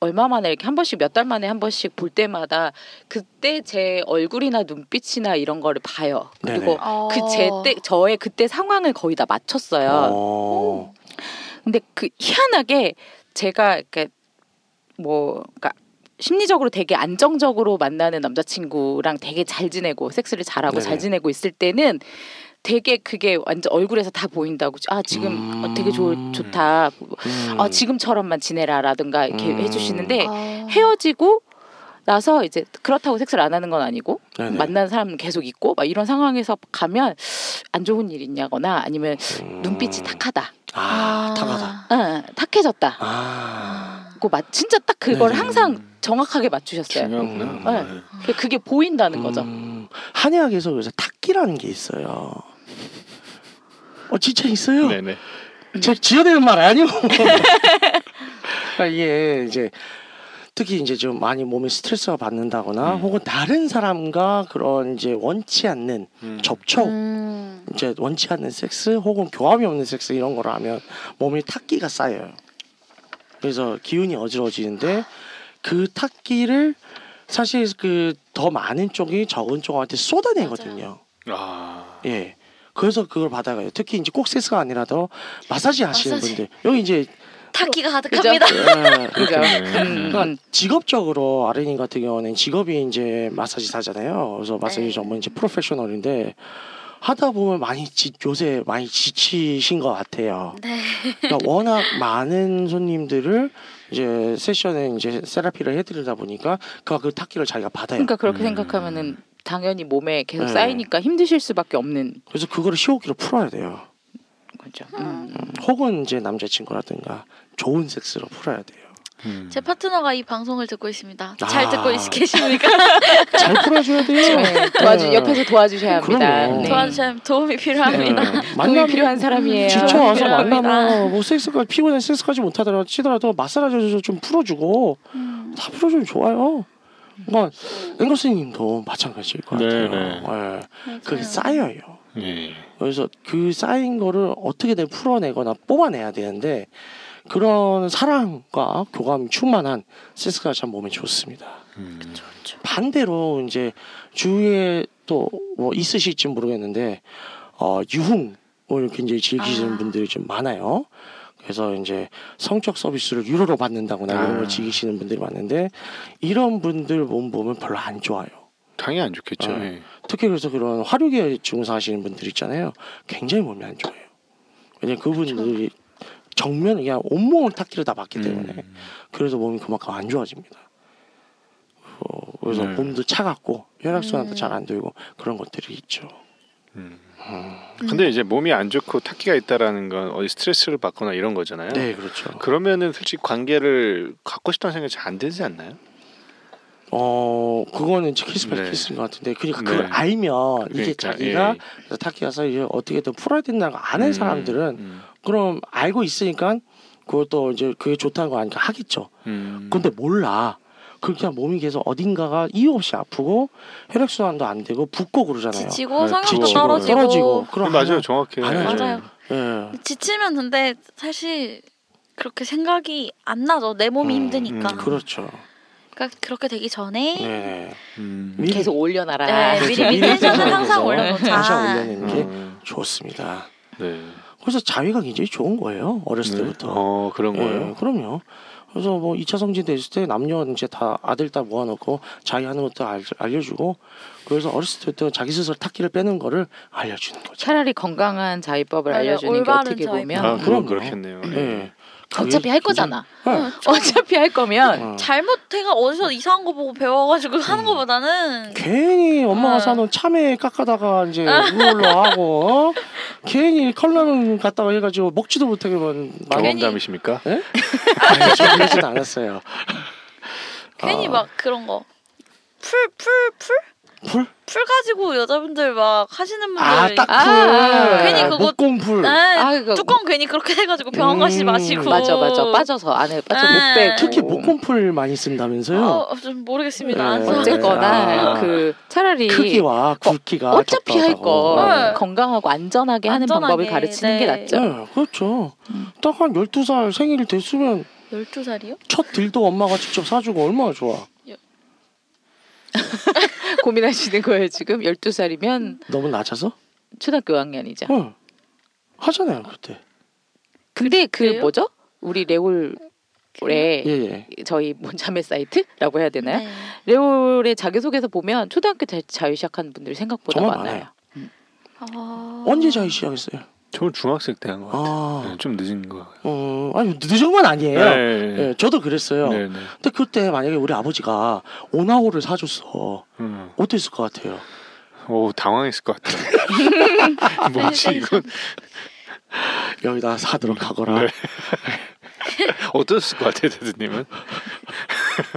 얼마 만에 이렇게 한 번씩 몇 달 만에 한 번씩 볼 때마다 그때 제 얼굴이나 눈빛이나 이런 거를 봐요. 그리고 아. 그 제 어. 때 저의 그때 상황을 거의 다 맞췄어요. 어. 근데 그 희한하게 제가 이렇게 뭐 그러니까 심리적으로 되게 안정적으로 만나는 남자친구랑 되게 잘 지내고 섹스를 잘하고 네네. 잘 지내고 있을 때는 되게 그게 완전 얼굴에서 다 보인다고 아 지금 음. 어, 되게 좋, 좋다 음. 아, 어, 지금처럼만 지내라라든가 이렇게 음. 해주시는데 아. 헤어지고 나서 이제 그렇다고 섹스를 안 하는 건 아니고 네네. 만난 사람은 계속 있고 막 이런 상황에서 가면 안 좋은 일 있냐거나 아니면 음. 눈빛이 탁하다, 아, 탁하다. 아, 탁해졌다. 아. 그 맞, 진짜 딱 그걸 네. 항상 정확하게 맞추셨어요. 중요하구나. 네. 그- 그게 보인다는 거죠. 음, 한의학에서 요새 탁기라는 게 있어요. 어 진짜 있어요. 네, 네. 제 지어대는 말 아니고. 아, 이게 이제 특히 이제 좀 많이 몸에 스트레스가 받는다거나 음. 혹은 다른 사람과 그런 이제 원치 않는 음. 접촉, 음. 이제 원치 않는 섹스 혹은 교감이 없는 섹스 이런 거를 하면 몸에 탁기가 쌓여요. 그래서 기운이 어지러워지는데 그 탁기를 사실 그 더 많은 쪽이 적은 쪽한테 쏟아내거든요. 아. 예. 그래서 그걸 받아가요. 특히 이제 꼭 섹스가 아니라도 마사지 하시는 마사지. 분들 여기 이제 타기가 가득합니다. 예, 그죠? 그렇겠네. 음, 직업적으로 아린이 같은 경우는 직업이 이제 마사지사잖아요. 그래서 마사지 네. 전문 이제 프로페셔널인데 하다 보면 많이 지, 요새 많이 지치신 것 같아요. 네. 그러니까 워낙 많은 손님들을 이제 세션에 이제 세라피를 해드리다 보니까 그와 그 탁기를 자기가 받아요. 그러니까 그렇게 음. 생각하면은 당연히 몸에 계속 네. 쌓이니까 힘드실 수밖에 없는 그래서 그거를 시호기로 풀어야 돼요. 거죠. 음. 혹은 이제 남자친구라든가 좋은 섹스로 풀어야 돼요. 음. 제 파트너가 이 방송을 듣고 있습니다. 잘 아. 듣고 있- 계십니까? 잘 풀어줘야 돼요. 네, 도와주 네. 옆에서 도와주셔야 합니다. 그럼요. 네. 도와주셔야 도움이 필요합니다. 네. 도움이 만나면 필요한 예. 사람이에요. 지쳐 와서 미안합니다. 만나면 뭐 섹스가 피곤해 섹스까지 못하더라도 치더라도 마사지해서 좀 풀어주고 음. 다 풀어주면 좋아요. 뭔가 은거 선생님도 마찬가지일 것 네, 같아요. 예. 그게 맞아요. 쌓여요. 예. 그래서 그 쌓인 거를 어떻게든 풀어내거나 뽑아내야 되는데 그런 사랑과 교감이 충만한 섹스가 참 몸에 좋습니다. 음. 반대로 이제 주위에 또 뭐 있으실지 모르겠는데 어, 유흥을 굉장히 즐기시는 아. 분들이 좀 많아요. 그래서 이제 성적 서비스를 유료로 받는다거나 이런 아. 걸 즐기시는 분들이 많은데 이런 분들 몸 보면 별로 안 좋아요. 당연히 안 좋겠죠. 네. 예. 특히 그래서 그런 화류계 증사하시는 분들 있잖아요. 굉장히 몸이 안 좋아요. 왜냐 면 그분들이 정면 그냥 온몸을 탁기를 다 봤기 때문에 음. 그래서 몸이 그만큼 안 좋아집니다. 어, 그래서 네. 몸도 차갑고 혈액순환도 음. 잘 안 되고 그런 것들이 있죠. 음. 음. 근데 이제 몸이 안 좋고 탁기가 있다라는 건 어디 스트레스를 받거나 이런 거잖아요. 네, 그렇죠. 그러면은 솔직히 관계를 갖고 싶다는 생각이 잘 안 들지 않나요? 어 그거는 이제 케이스 바이 네. 케이스인 것 같은데 그러니까 네. 그걸 알면 이게 그러니까, 자기가 예. 탁기가서 이제 어떻게든 풀어야 된다는 걸 아는 음, 사람들은 음, 그럼 알고 있으니까 그것도 이제 그게 좋다는 거 아니까 하겠죠. 음. 근데 몰라. 그럼 그냥 몸이 계속 어딘가가 이유 없이 아프고 혈액순환도 안 되고 붓고 그러잖아요. 지치고 네, 성욕도 지치고, 떨어지고. 그럼 맞아요, 하나- 정확해요. 안 하죠. 맞아요. 예. 지치면 근데 사실 그렇게 생각이 안 나죠. 내 몸이 음, 힘드니까. 음, 그렇죠. 그러니까 그렇게 되기 전에 네. 음. 미리 계속 올려놔라. 네, 그렇죠. 미리 미리 텐션을 항상 텐션에서 올려놓자. 항상 올려내는 게 음. 좋습니다. 네. 그래서 자위가 굉장히 좋은 거예요. 어렸을 네. 때부터. 어 그런 예, 거예요. 그럼요. 그래서 뭐 2차 성지대 있을 때 남녀 이제 다 아들 딸 모아놓고 자기 하는 것도 알, 려주고 그래서 어렸을 때부터 자기 스스로 탁기를 빼는 거를 알려주는 거죠. 차라리 건강한 자위법을 맞아요. 알려주는 게 네, 올바른 어떻게 자위법. 보면 아 그럼 그럼요. 그렇겠네요. 예. 그게 어차피 굉장히- 할 거잖아. 예. 어차피 할 거면 어. 잘못 제가 어디서 이상한 거 보고 배워가지고 하는 것보다는 그- 괜히 엄마가 어. 사놓은 참외 깎아다가 이제 우울로 하고 어? 괜히 컵라면 갖다가 해가지고 먹지도 못하게 만 괜히- 경험담이십니까? 아니 저 그러진 않았어요. 괜히 아. 막 그런 거. 풀, 풀, 풀? 풀? 풀 가지고 여자분들 막 하시는 분들. 아딱 풀. 아, 괜히 그거- 목공풀. 네, 아, 그거- 뚜껑 괜히 그렇게 해가지고 병원 가시지 음, 마시고. 맞아 맞아 빠져서 안에 빠져 못 빼. 네. 특히 목공풀 많이 쓴다면서요? 어, 좀 모르겠습니다. 네. 음. 어쨌거나 아. 그 차라리 크기와 굵기가 어차피 할 적당하다고. 거 네. 건강하고 안전하게 하는 방법을 안전하게, 가르치는 게 네. 낫죠. 네, 그렇죠. 딱 한 12살 생일이 됐으면 12살이요? 첫 딜도 엄마가 직접 사주고 얼마나 좋아. 고민하시는 거예요 지금 12살이면 너무 낮아서? 초등학교 5학년이죠. 응. 하잖아요, 그때. 근데 그 그래요? 뭐죠? 우리 레올의 예, 예. 저희 뭐 문자매 사이트라고 해야 되나요? 네. 레올의 자기소개서 보면 초등학교 자- 자유 시작한 분들이 생각보다 정말 많아요. 많아요. 아. 언제 자유 시작했어요? 저 중학생 때 한 거 같아요. 아, 네, 좀 늦은 거. 어, 아니, 늦은 건 아니에요. 네. 예, 저도 그랬어요. 네, 네. 근데 그때 만약에 우리 아버지가 오나홀을 사줬어. 음. 어땠을 것 같아요? 오 어, 당황했을 것 같아요. 뭐지 이건 여기다 사도록 하거라. 어땠을 것 같아요, 대드님은?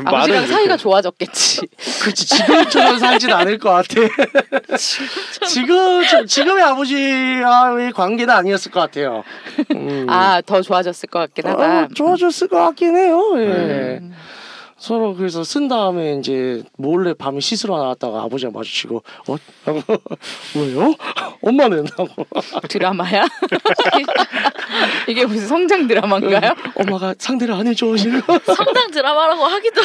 아버지랑 사이가 좋아졌겠지. 그렇지 지금처럼 살진 않을 것 같아. 지금 지금의 아버지와의 관계는 아니었을 것 같아요. 음. 아 더 좋아졌을 것 같긴 하다. 어, 좋아졌을 것 같긴 해요. 예. 음. 서로 그래서 쓴 다음에 이제 몰래 밤에 씻으러 나왔다가 아버지랑 마주치고 어 하고 왜요? 엄마는 하고 드라마야? 이게 무슨 성장 드라마인가요? 엄마가 상대를 안 해줘 이러고 성장 드라마라고 하기도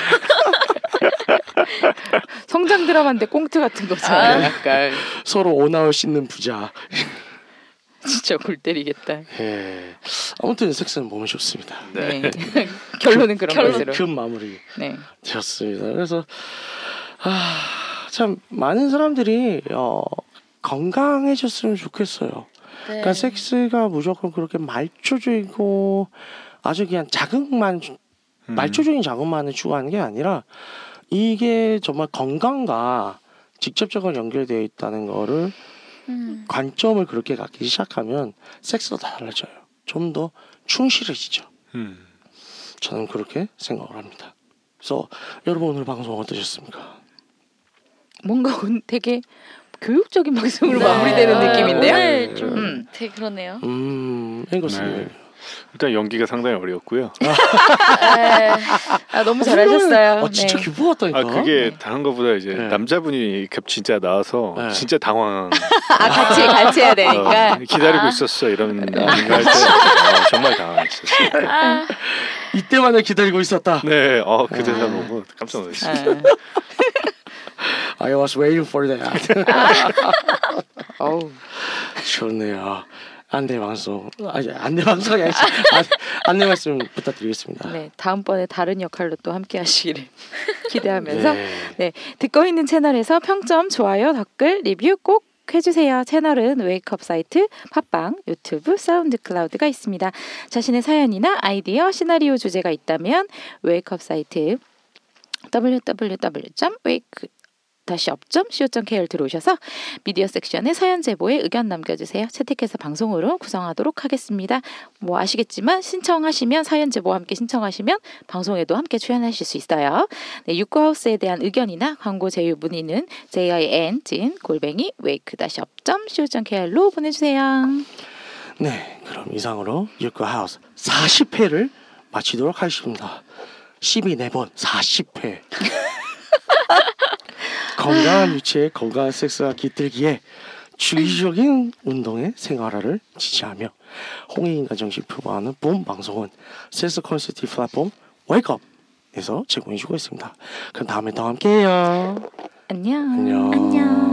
성장 드라마인데 꽁트 같은 거잖아요. 약간 서로 오나홀 씻는 부자. 진짜 골 때리겠다. 예. 아무튼 섹스는 몸에 좋습니다. 네. 결론은 그런 결론 것으로. 그 마무리. 네. 되었습니다. 그래서 아, 참 많은 사람들이 어, 건강해졌으면 좋겠어요. 그러니까 섹스가 무조건 그렇게 말초적이고 아주 그냥 자극만 말초적인 자극만을 추구하는 게 아니라 이게 정말 건강과 직접적으로 연결되어 있다는 거를 음. 관점을 그렇게 갖기 음. 시작하면 섹스도 달라져요. 좀 더 충실해지죠. 저는 그렇게 생각을 합니다. 그래서 여러분 오늘 방송 어떠셨습니까? 뭔가 오늘 되게 교육적인 방송으로 네. 마무리되는 느낌인데요. 오늘 네, 좀 음. 되게 그러네요. 음, 이것은 네. 일단 연기가 상당히 어려웠고요. 네. 아, 너무 잘하셨어요. 아 진짜 네. 기분 같다니까. 아 그게 다른 것보다 이제 네. 남자분이 겹 진짜 나와서 네. 진짜 당황. 아, 같이 같이 해야 되니까. 아. 네. 어, 기다리고 있었어 이런 인가할 때 아, 정말 당황했었어요. 아, 이때만을 기다리고 있었다. 네, 어, 그 대사 보고 깜짝 놀랐어요. 네. 아. I was waiting for that. 어우, 좋네요. 안내 방송, 네. 아니 안내 방송이 아니지. 안- 안내 말씀 부탁드리겠습니다. 네, 다음번에 다른 역할로 또 함께 하시기를 기대하면서 네. 네, 듣고 있는 채널에서 평점, 좋아요, 댓글, 리뷰 꼭 해주세요. 채널은 웨이크업 사이트, 팟빵, 유튜브, 사운드 클라우드가 있습니다. 자신의 사연이나 아이디어, 시나리오 주제가 있다면 웨이크업 사이트 www.wake 다시 업점 co.kr 들어오셔서 미디어 섹션에 사연 제보에 의견 남겨주세요. 채택해서 방송으로 구성하도록 하겠습니다. 뭐 아시겠지만 신청하시면 사연 제보와 함께 신청하시면 방송에도 함께 출연하실 수 있어요. 네, 유쿠하우스에 대한 의견이나 광고 제휴 문의는 jin 진 골뱅이 웨이크 다시 업점 co.kr로 보내주세요. 네, 그럼 이상으로 유쿠 하우스 40회를 마치도록 하겠습니다. 12네번 40회. 건강한 유치에 건강한 섹스가 깃들기에 주의적인 운동의 생활화를 지지하며 홍익인간 정신 표방하는 본 방송은 섹스 컨설팅 플랫폼 웨이크업에서 제공해주고 있습니다. 그럼 다음에 또 함께해요. 안녕. 안녕.